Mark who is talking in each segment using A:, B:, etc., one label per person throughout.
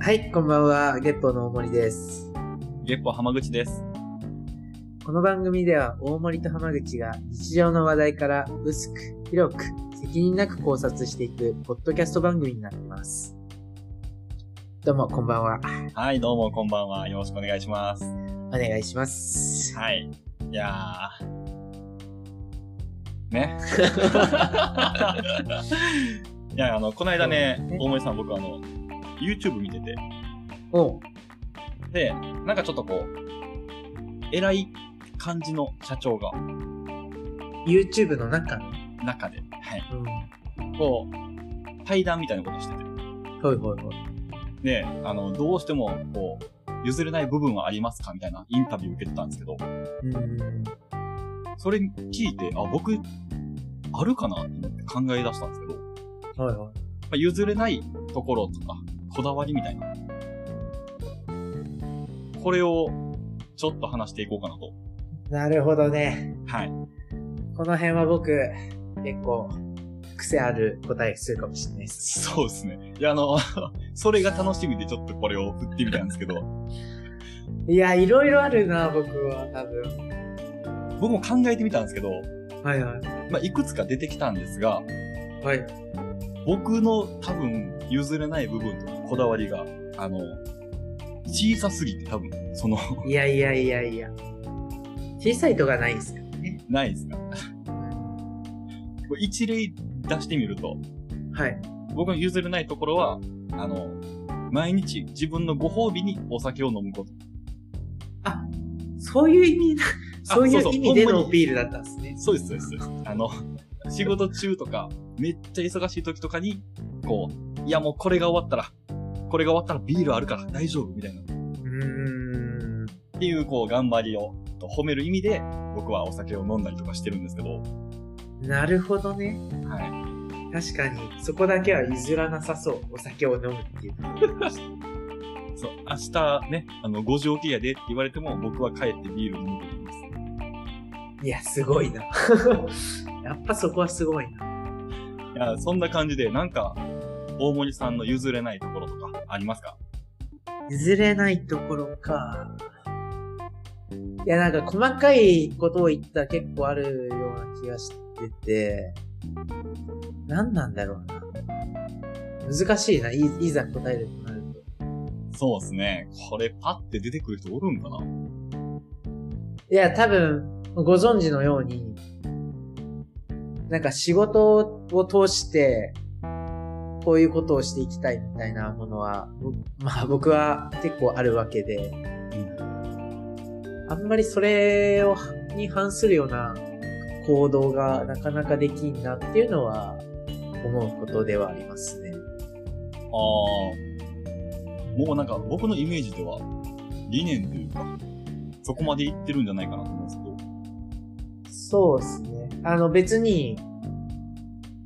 A: はい、こんばんは、ゲッポーの大森です。
B: ゲッポ浜口です。
A: この番組では大森と浜口が日常の話題から薄く、広く、責任なく考察していく、ポッドキャスト番組になってます。どうも、こんばんは。
B: はい、どうもこんばんは。よろしくお願いします。
A: お願いします。
B: はい。いやー。 ね。いや、あの、この間ね
A: そうね、
B: 大森さん、僕あの、YouTube 見てて、
A: おう、
B: で、なんかちょっとこう、偉い感じの社長が、
A: YouTube の中の。
B: 中で、はい、
A: うん。
B: こう、対談みたいなことしてて。
A: ほいほいほい。
B: で、あの、どうしても、こう、譲れない部分はありますかみたいなインタビュー受けてたんですけど、
A: うーん。
B: それ聞いて、あ、僕、あるかなって思って考え出したんですけど、ま
A: ほいほい。
B: あ、譲れないところとか、こだわりみたいな。これを、ちょっと話していこうかなと。
A: なるほどね。
B: はい。
A: この辺は僕、結構、癖ある答えするかもしれないです。
B: そうですね。いや、あの、 それが楽しみでちょっとこれを振ってみたんですけど、
A: いや、いろいろあるな、僕は、多分。
B: 僕も考えてみたんですけど、
A: はいはい。
B: まあ、いくつか出てきたんですが、
A: はい。
B: 僕の多分譲れない部分とかこだわりが、あの、小さすぎて多分、その、
A: いやいやいやいや。小さいとがないですからね。
B: ないですかこれ一例出してみると、
A: はい。
B: 僕の譲れないところは、あの、毎日自分のご褒美にお酒を飲むこと。
A: そういう意味な、
B: あ
A: そうい
B: そううそう
A: 意味で
B: ほん
A: の
B: まに
A: ビールだったんですね。
B: そうです、そうですそうです。あの、仕事中とか、めっちゃ忙しい時とかに、こう、いやもうこれが終わったら、これが終わったらビールあるから大丈夫みたいな。っ
A: うーん。
B: ていう、こう、頑張りを、と褒める意味で、僕はお酒を飲んだりとかしてるんですけど、
A: なるほどね。
B: は
A: 確かに、そこだけは譲らなさそう。お酒を飲むっていう。
B: い。そう、明日ね、あの、5時起きやでって言われても、僕は帰ってビールを飲むと言います。
A: いや、すごいな。 やっぱそこはすごいな。
B: いや、そんな感じで、なんか、大森さんの譲れないところとか、ありますか
A: 譲れないところか。いや、なんか細かいことを言ったら結構あるような気がしてて、何なんだろうな。難しいな、いいいざ答えるとなると。
B: そうですね。これ、パって出てくる人おるんかない
A: や、多分、ご存知のように、なんか仕事を通して、こういうことをしていきたいみたいなものは、ぼまあ僕 は結構あるわけで、あんまりそれを、に反するような行動がなかなかできんなっていうのは、思うことではありますね。
B: あー。もうなんか、僕のイメージでは、理念というか、そこまでいってるんじゃないかなと思うんですけど。
A: そうですね。あの別に、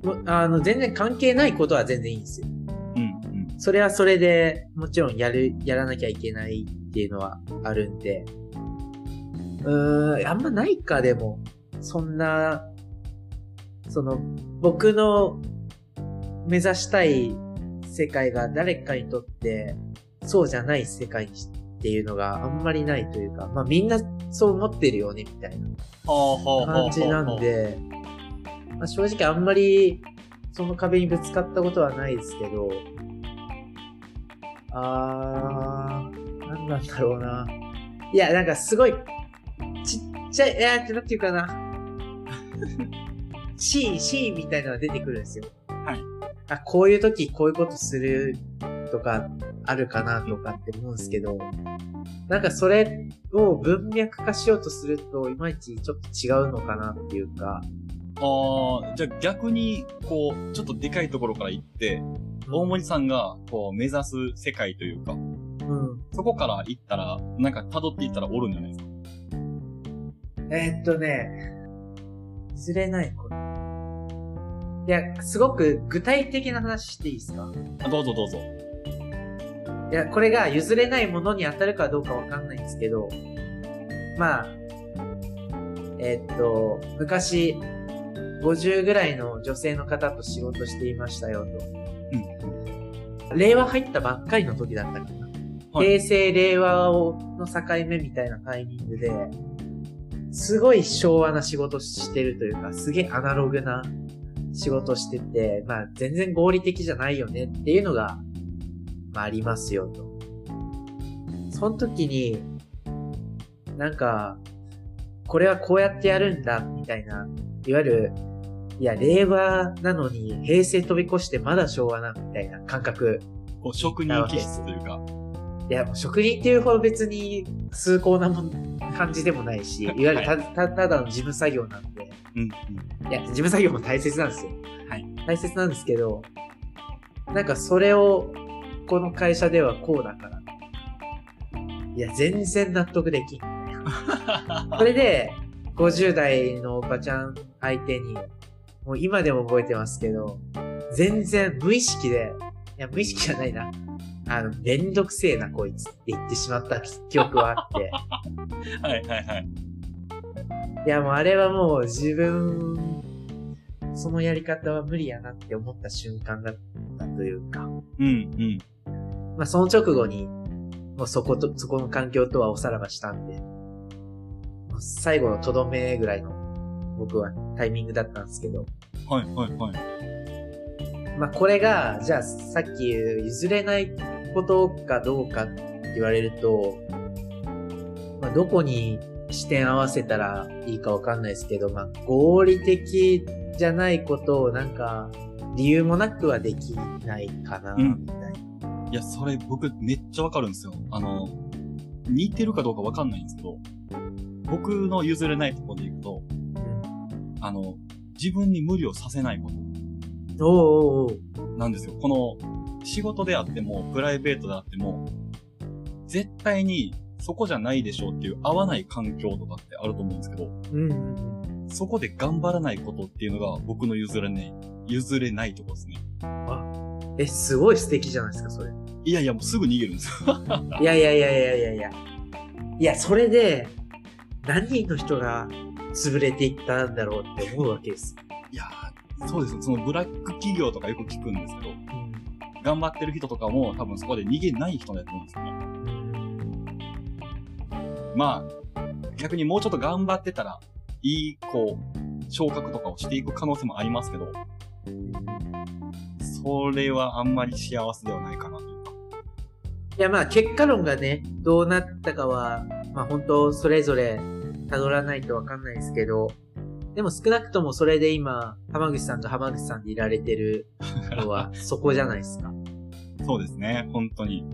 A: もあの全然関係ないことは全然いいんですよ。
B: うん、
A: それはそれでもちろんやる、やらなきゃいけないっていうのはあるんで。うーん、あんまないか、でも。そんな、その、僕の目指したい世界が誰かにとってそうじゃない世界っていうのがあんまりないというか、まあみんなそう思ってるよね、みたいな。
B: はあ、はあ、はあ。
A: 感じなん。で、まあ、正直あんまりその壁にぶつかったことはないですけど、あー、なんなんだろうな。いや、なんかすごい、ちっちゃい、えー、ってなんていうかな。 シーン、シーンみたいなのが出てくるんですよ。
B: はい。
A: あ、こういう時こういうことするとかあるかなとかって思うんですけど、なんかそれを文脈化しようとすると、いまいちちょっと違うのかなっていうか。
B: ああ、じゃあ逆に、こう、ちょっとでかいところから行って、大森さんが、こう、目指す世界というか、
A: うん。
B: そこから行ったら、なんか辿っていったらおるんじゃないですか。
A: えーっとね、ずれないこれ。いや、すごく具体的な話していいですか
B: あどうぞどうぞ。
A: いや、これが譲れないものに当たるかどうかわかんないんですけど、まあ、えーっと、昔、50ぐらいの女性の方と仕事していましたよと。
B: うん。
A: 令和入ったばっかりの時だったからな。
B: はい
A: 平成、令和をの境目みたいなタイミングで、すごい昭和な仕事してるというか、すげえアナログな仕事してて、まあ全然合理的じゃないよねっていうのが、まあありますよと。その時に、なんか、これはこうやってやるんだ、みたいな、いわゆる、いや、令和なのに平成飛び越してまだ昭和な、みたいな感覚。
B: こう職人気質というか、
A: いや、もう職人っていうほど別に崇高なもん感じでもないし、いわゆるたたただの事務作業なんで、
B: うん、うん。
A: いや、事務作業も大切なんですよ。
B: はい。
A: 大切なんですけど、なんかそれを、この会社ではこうだから。いや、全然納得でき ん。それで、50代のおばちゃん相手に、もう今でも覚えてますけど、全然無意識で、いや、無意識じゃないな。あの、めんどくせえな、こいつって言ってしまった記憶はあって。
B: はいはいはい。
A: いや、もうあれはもう自分、そのやり方は無理やなって思った瞬間だったというか、
B: うんうん。
A: まあその直後に、もうそこと、そこの環境とはおさらばしたんで、もう最後のとどめぐらいの僕はタイミングだったんですけど、
B: はいはいはい。
A: まあこれが、じゃあさっき言う譲れないことかどうかって言われると、まあどこに視点合わせたらいいかわかんないですけど、まあ合理的じゃないことをなんか理由もなくはできないかな、
B: うん
A: みたいな。
B: いや、それ僕めっちゃわかるんですよ。あの、似てるかどうかわかんないんですけど、僕の譲れないところでいくと、あの、自分に無理をさせないこ
A: おうおうおう
B: となんですよ。この、仕事であっても、プライベートであっても、絶対にそこじゃないでしょうっていう合わない環境とかってあると思うんですけど、
A: うんうんうん。
B: そこで頑張らないことっていうのが僕の譲れない、譲れないとこですね。
A: え、すごい素敵じゃないですか、それ。
B: いやいや、もうすぐ逃げるんですよ。
A: いやいやいやいやいやいや。いや、それで、何人の人が潰れていったんだろうって思うわけです。
B: いやーそうですよ。そのブラック企業とかよく聞くんですけど、頑張ってる人とかも多分そこで逃げない人だと思うんですよね。まあ、逆にもうちょっと頑張ってたら、いい、こう、昇格とかをしていく可能性もありますけど、それはあんまり幸せではないかなというか。
A: いや、まあ、結果論がね、どうなったかは、まあ、本当それぞれ辿らないとわかんないですけど、でも少なくともそれで今、浜口さんと浜口さんでいられてるのは、そこじゃないですか。
B: そうですね、本当に。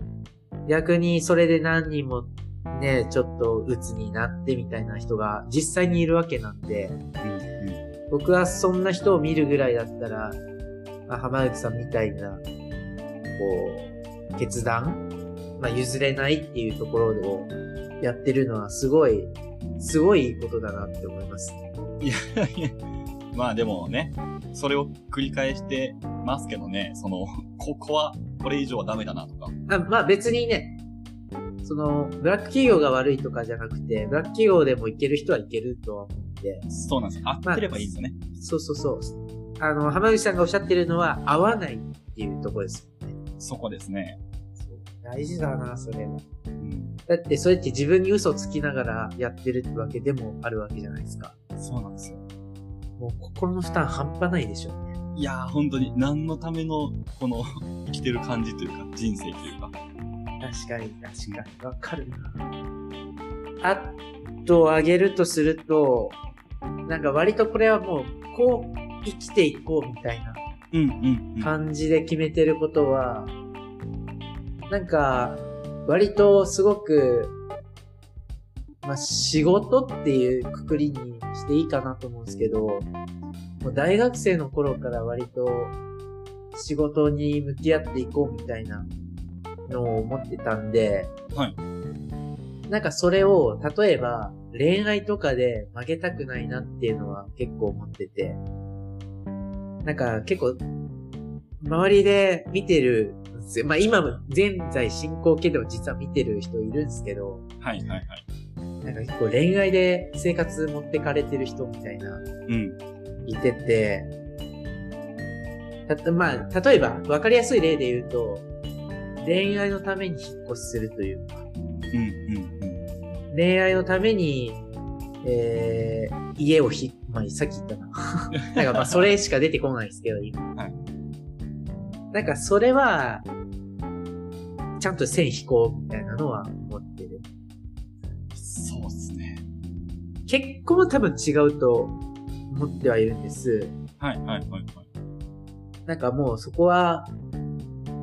A: 逆にそれで何人もね、ちょっと鬱になってみたいな人が実際にいるわけなんで、
B: うんうん
A: 僕はそんな人を見るぐらいだったら、まあ、浜内さんみたいな、こう、決断、まあ、譲れないっていうところをやってるのはすごい、すごいいいことだなって思います。
B: まあでもね、それを繰り返してますけどね、その、ここは、これ以上はダメだなとか。
A: あまあ別にね、その、ブラック企業が悪いとかじゃなくて、ブラック企業でもいける人はいけるとは思うんで、
B: そうなんですよ。合ってればいいですよね。
A: そうそうそう。あの、浜口さんがおっしゃってるのは、合わないっていうところです。
B: そこですね。
A: そう大事だな、それは。
B: うん。
A: だってそれって自分に嘘をつきながらやってるってわけでもあるわけじゃないですか。
B: そうなんですよ。
A: もう心の負担半端ないでしょ。
B: いやー、本当に何のための、この、 生きてる感じというか、人生というか。
A: 確かに、確かに。わかるな。あと、上げるとすると、なんか割とこれはもう、こう、生きていこうみたいな
B: うんうん、うん。
A: 感じで決めてることは、なんか、割とすごく、まあ、仕事っていうくくりにしていいかなと思うんですけど、もう大学生の頃から割と仕事に向き合っていこうみたいなのを思ってたんで、
B: はい
A: なんかそれを、例えば恋愛とかで曲げたくないなっていうのは結構思ってて、なんか結構周りで見てるんですよ。まあ今も現在進行形でも実は見てる人いるんですけど、
B: はいはいはい。
A: なんか結構恋愛で生活持ってかれてる人みたいな、
B: うん。
A: いてて、たとまあ例えば分かりやすい例で言うと、恋愛のために引っ越しするというか、
B: うんうんうん。
A: 恋愛のために、えー、家をひ、まあ、さっき言ったな。 なんかまあ、それしか出てこないですけど、今。
B: はい
A: なんか、それは、ちゃんと線引こうみたいなのは思ってる。
B: そうですね。
A: 結婚は多分違うと思ってはいるんです。
B: はいはいはいはい。
A: なんかもうそこは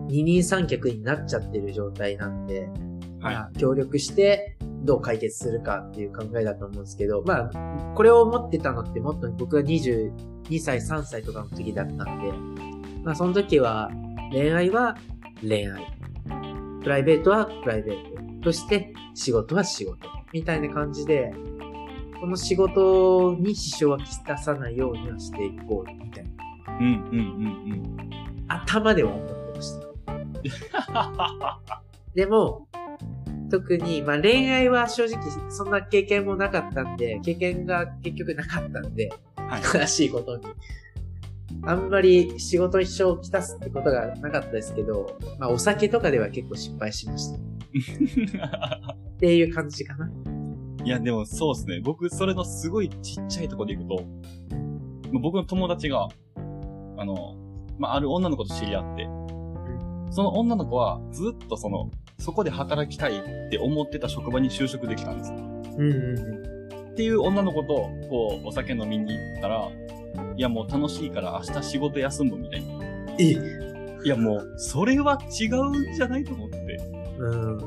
A: 二人三脚になっちゃってる状態なんで、
B: はい
A: まあ協力してどう解決するかっていう考えだと思うんですけど、まあ、これを持ってたのってもっと僕が22歳、3歳とかの時だったんで、まあその時は恋愛は恋愛、プライベートはプライベート、そして仕事は仕事、みたいな感じで、この仕事に支障はきたさないようにはしていこう、みたいな。
B: うんうんうんうん。
A: 頭では思ってました。でも、特に、まあ恋愛は正直そんな経験もなかったんで、経験が結局なかったんで、
B: はい
A: 悲しいことに。あんまり仕事に支障をきたすってことがなかったですけど、まあお酒とかでは結構失敗しました。っていう感じかな。
B: いや、でもそうですね。僕、それのすごいちっちゃいところで行くと、まあ僕の友達が、あの、まあ、ある女の子と知り合って、その女の子はずっとその、そこで働きたいって思ってた職場に就職できたんです。
A: うんうん
B: っていう女の子と、こう、お酒飲みに行ったら、いやもう楽しいから明日仕事休むみたいな。
A: うん。いい。
B: いやもう、それは違うんじゃないと思って。
A: うん。
B: っ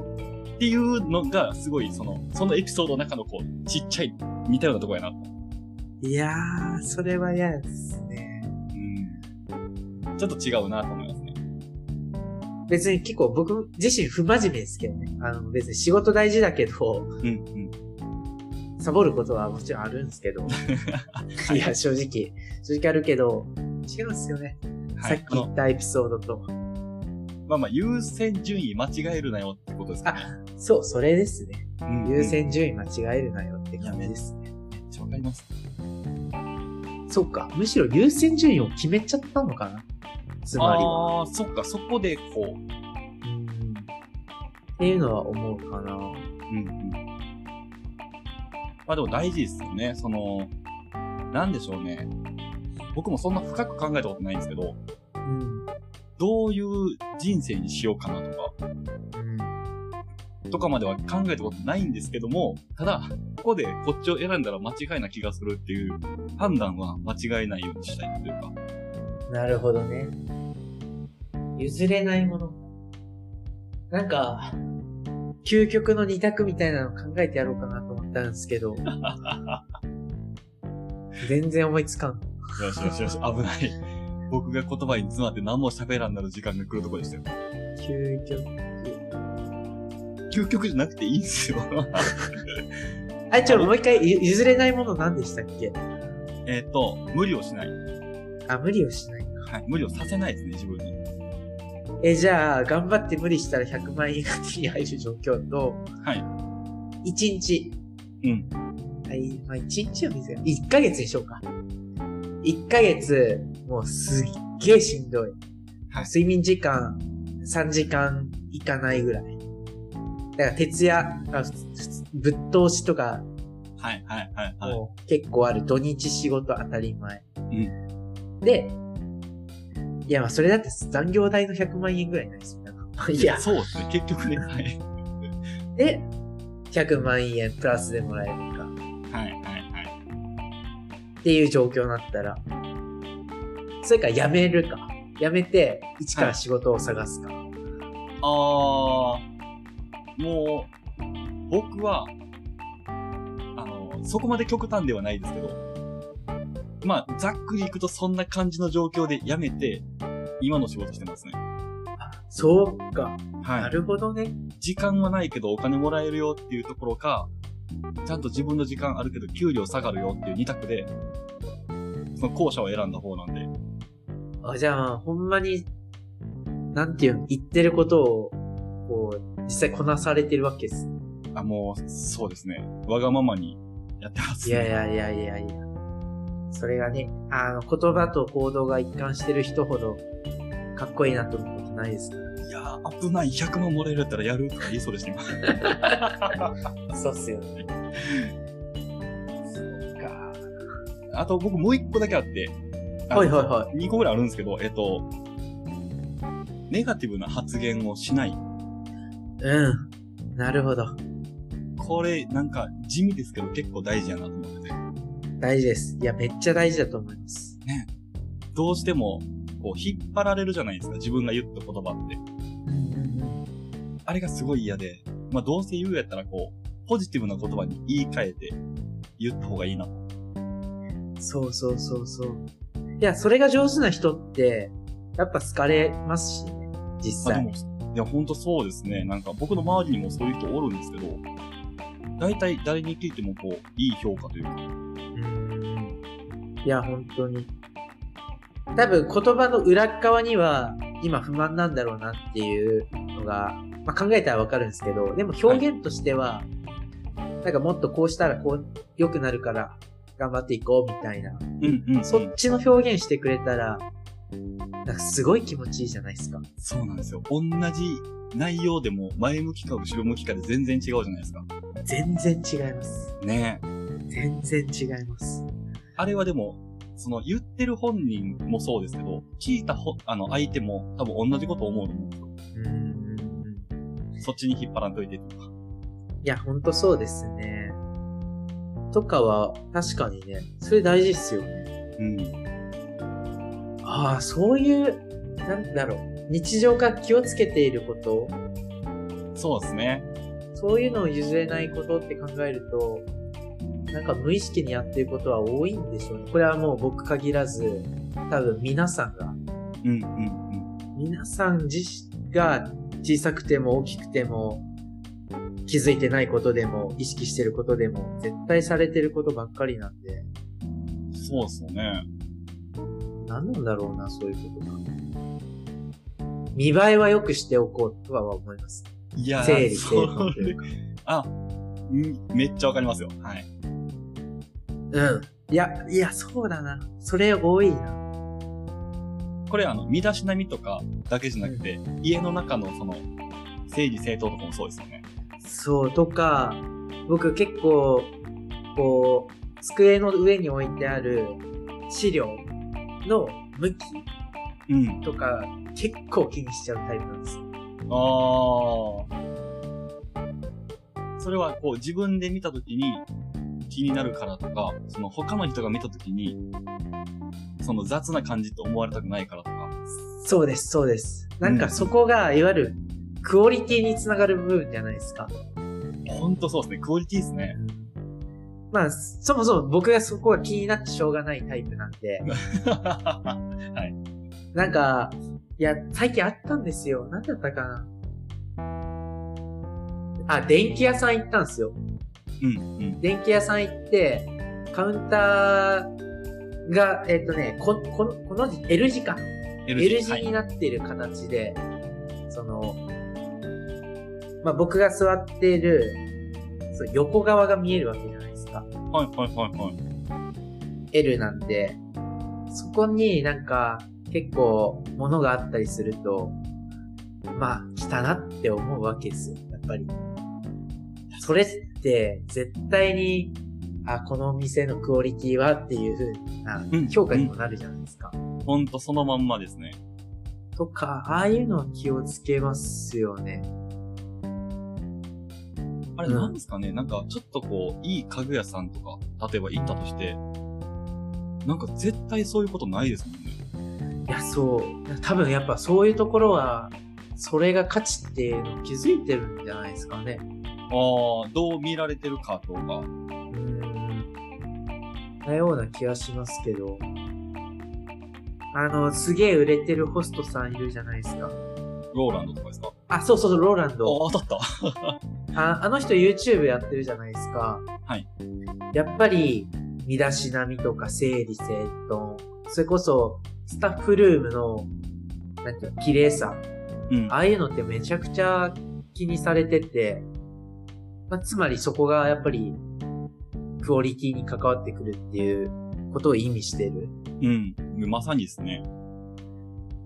B: ていうのが、すごい、その、そのエピソードの中のこう、ちっちゃい、似たようなとこやな。
A: いやー、それは嫌ですね。
B: うん。ちょっと違うなと思いますね。
A: 別に結構僕自身不真面目ですけどね。あの別に仕事大事だけど、
B: うんうん。
A: サボることはもちろんあるんですけ ど。いや、正直、正直あるけど、違うんですよね。
B: はい
A: さっ。き
B: あ
A: 言
B: の、
A: ったエピソードと。
B: まあまあ、優先順位間違えるなよってことですか、ね。
A: そう、それですね。
B: うんうん
A: 優。先順位間違えるなよって感じです。
B: めっちゃわかります。
A: そうか。むしろ優先順位を決めちゃったのかなつまりは。
B: ああ、そっか、そこでこう、
A: うんっていうのは思うかな。
B: うんうん。まあでも大事ですよね。その、なんでしょうね。僕もそんな深く考えたことないんですけど、
A: うん。
B: どういう人生にしようかなとか、
A: うん。
B: とかまでは考えたことないんですけども、ただ、ここでこっちを選んだら間違いな気がするっていう判断は間違えないようにしたいというか。
A: なるほどね。譲れないもの。なんか、究極の二択みたいなの考えてやろうかなと思ったんです けど。全然思いつかん。
B: よしよしよし、危ない。僕が言葉に詰まって何も喋らんなる時間が来るとこでしたよ。
A: 究極。
B: 究極じゃなくていいんですよ。
A: あ、ちょ、もう一回、ゆ譲れないもの何でしたっけ
B: えっと、無理をしない。
A: あ、無理をしない。
B: はい。無理をさせないですね、自分に。
A: え、じゃあ、頑張って無理したら100万円が手に入る状況と、
B: はい。
A: 一日。
B: うん。
A: はい、まあ一日は見せよう。一ヶ月にしようか。一ヶ月、もうすっげえしんどい。
B: はい
A: 睡眠時間3時間いかないぐらい。だから徹夜、あふつふつぶっ通しとか、
B: はいはいはいはい。
A: もう結構ある。土日仕事当たり前。
B: う
A: で、いやまあそれだって残業代の100万円ぐらいになりそうだな。いや、
B: そうですね、結局ね。はい。
A: で、100万円プラスでもらえるか。
B: はいはいはい。
A: っていう状況になったら、それか辞めるか。辞めて、一から仕事を探すか。
B: あー、もう、僕は、あの、そこまで極端ではないですけど、まあ、ざっくりいくとそんな感じの状況で辞めて、今の仕事してますね。
A: そうか。
B: は。
A: ないるほどね。
B: 時間はないけどお金もらえるよっていうところか、ちゃんと自分の時間あるけど給料下がるよっていう二択で、その後者を選んだ方なんで、
A: あじゃあ、ほんまに、なんていうの、言ってることを、こう、実際こなされてるわけです。
B: あ、もう、そうですね。わがままにやってます、
A: い
B: ね。
A: やいやいやいやいや。それがね、あの、言葉と行動が一貫してる人ほど、かっこいいなと思うことないです。
B: いやあ、危ない、100万もらえるやったらやるとか言いそうで した、今。
A: そうっすよね。そうか。
B: あと僕もう一個だけあって、
A: はいはいはい。
B: 2個ぐらいあるんですけど、えっと、ネガティブな発言をしない。
A: うん。なるほど。
B: これ、なんか地味ですけど結構大事やなと思ってて。
A: 大事です。いや、めっちゃ大事だと思います。
B: どうしても、こう、引っ張られるじゃないですか、自分が言った言葉って。あれがすごい嫌で、まあどうせ言うやったらこう、ポジティブな言葉に言い換えて言った方がいいな。
A: そうそうそうそう。いや、それが上手な人って、やっぱ好かれますしね。実
B: まあで
A: 際。
B: も、いやほんとそうですね。なんか僕の周りにもそういう人おるんですけど、大体誰に聞いてもこう、いい評価というか、
A: うんいや、本当に。多分言葉の裏っ側には、今不満なんだろうなっていうのが、まあ、考えたらわかるんですけど、でも表現としては、なんかもっとこうしたらこう、良くなるから、頑張っていこうみたいな。
B: うんうん、うん。
A: そっちの表現してくれたら、なんかすごい気持ちいいじゃないですか。
B: そうなんですよ。同じ内容でも前向きか後ろ向きかで全然違うじゃないですか。
A: 全然違います。
B: ねえ。
A: 全然違います。
B: あれはでも、その言ってる本人もそうですけど、聞いたほ、あの相手も多分同じこと思うと思うんですよ。
A: うん。
B: そっちに引っ張らんといてとか。
A: いや、ほんとそうですね。とかは、確かにね、それ大事っすよね。
B: うん。
A: ああ、そういう、なんだろう、日常から気をつけていること、
B: そうですね。
A: そういうのを譲れないことって考えると、なんか無意識にやってることは多いんでしょうね。これはもう僕限らず、多分皆さんが、
B: うんうんうん。
A: 皆さん自身が小さくても大きくても気づいてないことでも意識してることでも絶対されてることばっかりなんで、
B: そうですよね。
A: 何なんだろうな、そういうことが。見栄えは良くしておこうとは思います。
B: いやー
A: 整理整
B: そ
A: 頓とい
B: れ
A: うか。
B: あ、うんめっちゃわかりますよ。はい。
A: うん。いや、いや、そうだな。それ多いな。
B: これあの、身だしなみとかだけじゃなくて、家の中のその、整理整頓とかもそうですよね。
A: そう、とか、僕結構、こう、机の上に置いてある資料の向き
B: うん。
A: とか結構気にしちゃうタイプなんです。
B: ああ。それはこう自分で見たときに気になるからとか、その他の人が見たときに、その雑な感じと思われたくないからとか。
A: そうです、そうです。なん
B: う
A: か
B: ん
A: そこが、いわゆる、クオリティにつながる部分じゃないですか。
B: ほんとそうですね。クオリティで すね。
A: まあ、そもそも僕がそこが気になってしょうがないタイプなん で、なんか、いや、最近あったんですよ。なんだったかな。あ、電気屋さん行ったんですよ。
B: うん、うん。
A: 電気屋さん行って、カウンターが、えっ、とね、こ、この、この字 L 字か。
B: L
A: L 字
B: は
A: に
B: い。
A: なってる形で、その、まあ、僕が座っている、そう横側が見えるわけじゃないですか。
B: はい、はい、はい、はい。
A: L なんで、そこになんか結構物があったりすると、まあ、来たなって思うわけですよ、やっぱり。それって絶対に、あ、このお店のクオリティはっていう風な
B: うん
A: 評価にもなるじゃないですか。
B: ほんとそのまんまですね。
A: とか、ああいうのは気をつけますよね。
B: あれ
A: うん
B: なんですかね、なんかちょっとこう、いい家具屋さんとか、例えば行ったとして、なんか絶対そういうことないですもんね。
A: いや、そう。多分やっぱそういうところは、それが価値っていうのを気づいてるんじゃないですかね。
B: ああ、どう見られてるかとか。
A: うん。なような気がしますけど。あの、すげえ売れてるホストさんいるじゃないですか。
B: ローランドとかですか
A: あ、そうそうそう、ローランド。
B: ああ、当たっ
A: ああの人 YouTube やってるじゃないですか。
B: はい。
A: やっぱり、身だしなみとか整理整頓、それこそ、スタッフルームの、なんていうの、綺麗さ。
B: た。うん。
A: ああ いうのってめちゃくちゃ気にされてて、まあ、つまりそこがやっぱりクオリティに関わってくるっていうことを意味してる。
B: うん。まさにですね。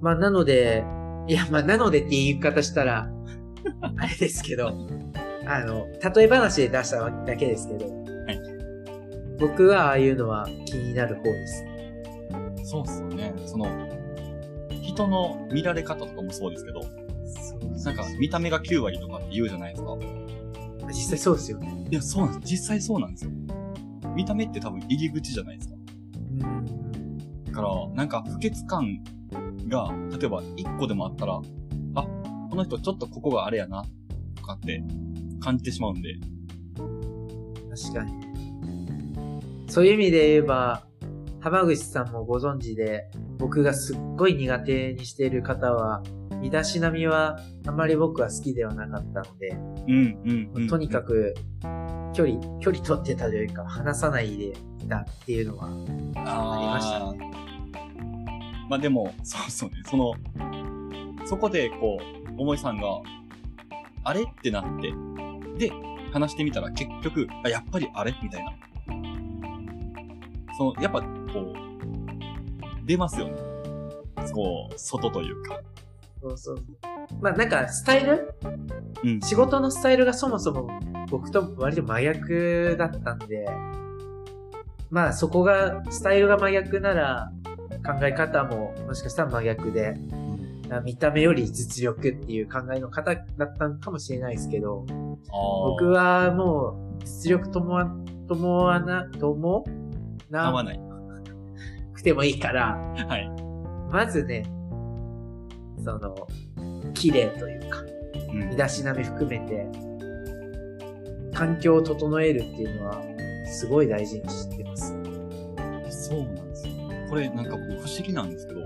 A: まあなので、いや、まあ、なのでっていう言い方したら、 あれですけど、あの、例え話で出しただけですけど、
B: い
A: 僕はああいうのは気になる方です。
B: そうっすよね。その、人の見られ方とかもそうですけど、なんか見た目が9割とかって言うじゃないですか。
A: 実際そうですよね。
B: いや、そうなんです。実際そうなんですよ。見た目って多分入り口じゃないですか。
A: うん。
B: だから、なんか不潔感が、例えば1個でもあったら、あ、この人ちょっとここがあれやな、とかって感じてしまうんで、
A: 確かに。そういう意味で言えば、浜口さんもご存知で、僕がすっごい苦手にしている方は、身だしなみはあまり僕は好きではなかったので、
B: うんうん、うん。
A: とにかく、距離、距離取ってたというか、離さないでいたっていうのは、
B: ありました。まあでも、 そうそうね、その、そこでこう、桃井さんが、あれってなって、で、話してみたら結局、あ、やっぱりあれみたいな。その、やっぱこう、出ますよね。こう、外というか。
A: そうそうそう。まあなんか、スタイル
B: うん。
A: 仕事のスタイルがそもそも僕と割と真逆だったんで、まあそこが、スタイルが真逆なら、考え方ももしかしたら真逆で、あ見た目より実力っていう考えの方だったのかもしれないですけど、僕
B: は、
A: はもう実力ともわ、ともわな、とも
B: 合わ
A: な
B: ない。
A: くてもいいから、
B: はい。
A: まずね、その、綺麗というか、
B: うん
A: 身だしなみ含めて、環境を整えるっていうのは、すごい大事にしてます。
B: そうなんですよ。これなんか僕不思議なんですけど、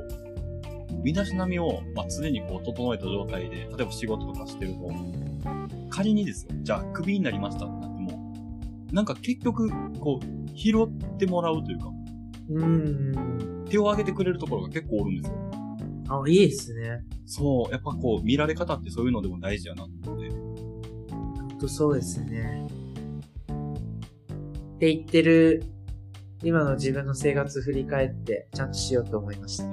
B: 身だしなみを、まあ、常にこう整えた状態で、例えば仕事とかしてると、仮にですよ、じゃあクビになりましたってなっても、なんか結局、こう、拾ってもらうというか、
A: うーん。
B: 手を挙げてくれるところが結構おるんですよ。
A: あ、いいですね。
B: そう、やっぱこう、見られ方ってそういうのでも大事やなって思 って。
A: ほんとそうですね。って言ってる、今の自分の生活振り返って、ちゃんとしようと思いました。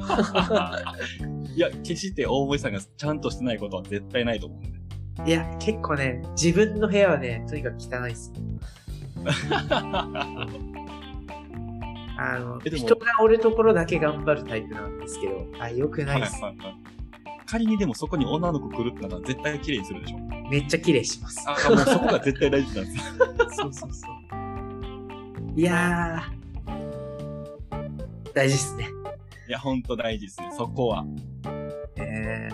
B: いや、決して大森さんがちゃんとしてないことは絶対ないと思うんで。
A: いや、結構ね、自分の部屋はね、とにかく汚いっ す。あの、
B: えでも
A: 人がおるところだけ頑張るタイプなんですけど、あ、良くないっす。
B: はいはい仮にでもそこに女の子来るってなったら絶対綺麗にするでしょ。
A: めっちゃ綺麗します。
B: あ、もうそこが絶対大事なんですよ。
A: そうそうそう。いやー、大事っすね。
B: いや、ほんと大事ですね。そこは。
A: え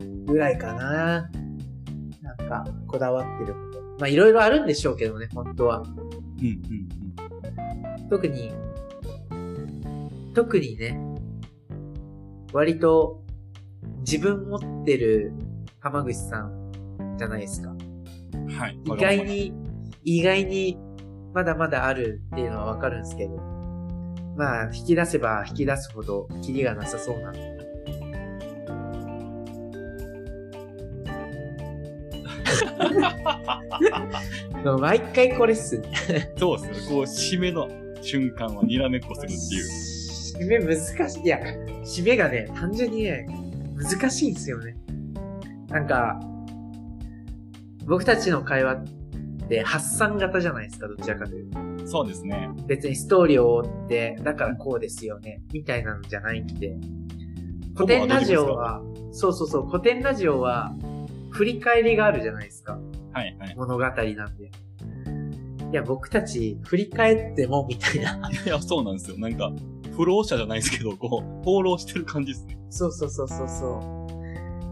A: ー、ぐらいかな。なんか、こだわってること。まあ、いろいろあるんでしょうけどね、本当は。
B: うんうん
A: 特に、特にね、割と自分持ってる浜口さんじゃないですか。
B: うん。はい。
A: 意外。に、意外にまだまだあるっていうのはわかるんですけど、まあ引き出せば引き出すほどキリがなさそうな。 もう毎回これっすね
B: そうっすよね。こう、締めの瞬間はにらめっこするっていう。
A: 締め難しい。いや、締めがね、単純にね、難しいんですよね。なんか、僕たちの会話って発散型じゃないですか、どちらかというと。
B: そうですね。
A: 別にストーリーを追って、だからこうですよね、みたいなのじゃないんで。古典ラジオは、そうそうそう、古典ラジオは、振り返りがあるじゃないですか。
B: はいはい。
A: 物語なんで。いや、僕たち、振り返っても、みたいな。
B: いや、そうなんですよ。なんか、不老者じゃないですけど、こう、放浪してる感じですね。
A: そうそうそうそうそ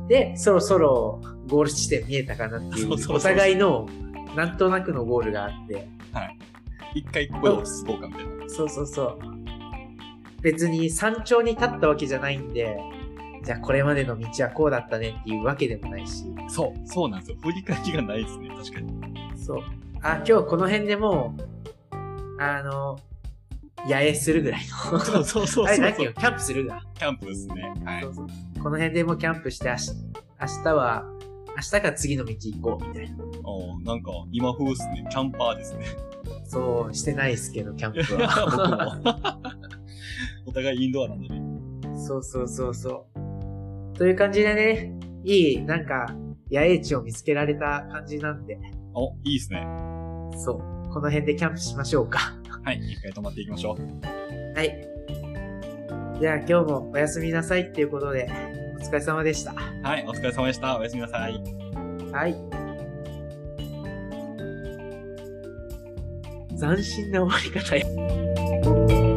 A: う。で、そろそろゴール地点見えたかなってい
B: そうそうそう
A: う、
B: そう
A: お互いのなんとなくのゴールがあって、
B: 一回ここで落ち着こうかみたいな。
A: そうそうそう。別に山頂に立ったわけじゃないんで、じゃあこれまでの道はこうだったねっていうわけでもないし、
B: そう、そうなんですよ。振り返りがないですね。確かに。
A: そう。あ、今日この辺でもう、あの、野営するぐらいの。
B: そうそうそうそう。
A: あれ何
B: キ
A: よ、キャンプするが。
B: ャンプですね。はい
A: そ。うそうこの辺でもうキャンプして明日、明日は、明日から次の道行こうみたいな。
B: おーなんか、今風ですね。キャンパーですね。
A: そう、してないですけど、キャンプ
B: 僕
A: は。
B: も。お互いインドアなんでね。
A: そうそうそうそう。という感じでね、いい、なんか、野営地を見つけられた感じなんで、
B: お、いいですね。
A: そう。この辺でキャンプしましょうか。
B: はい。一回泊まっていきましょう。
A: はい。じゃあ今日もおやすみなさいっていうことで、お疲れ様でした。
B: はい。お疲れ様でした。おやすみなさい。
A: はい。斬新な終わり方や。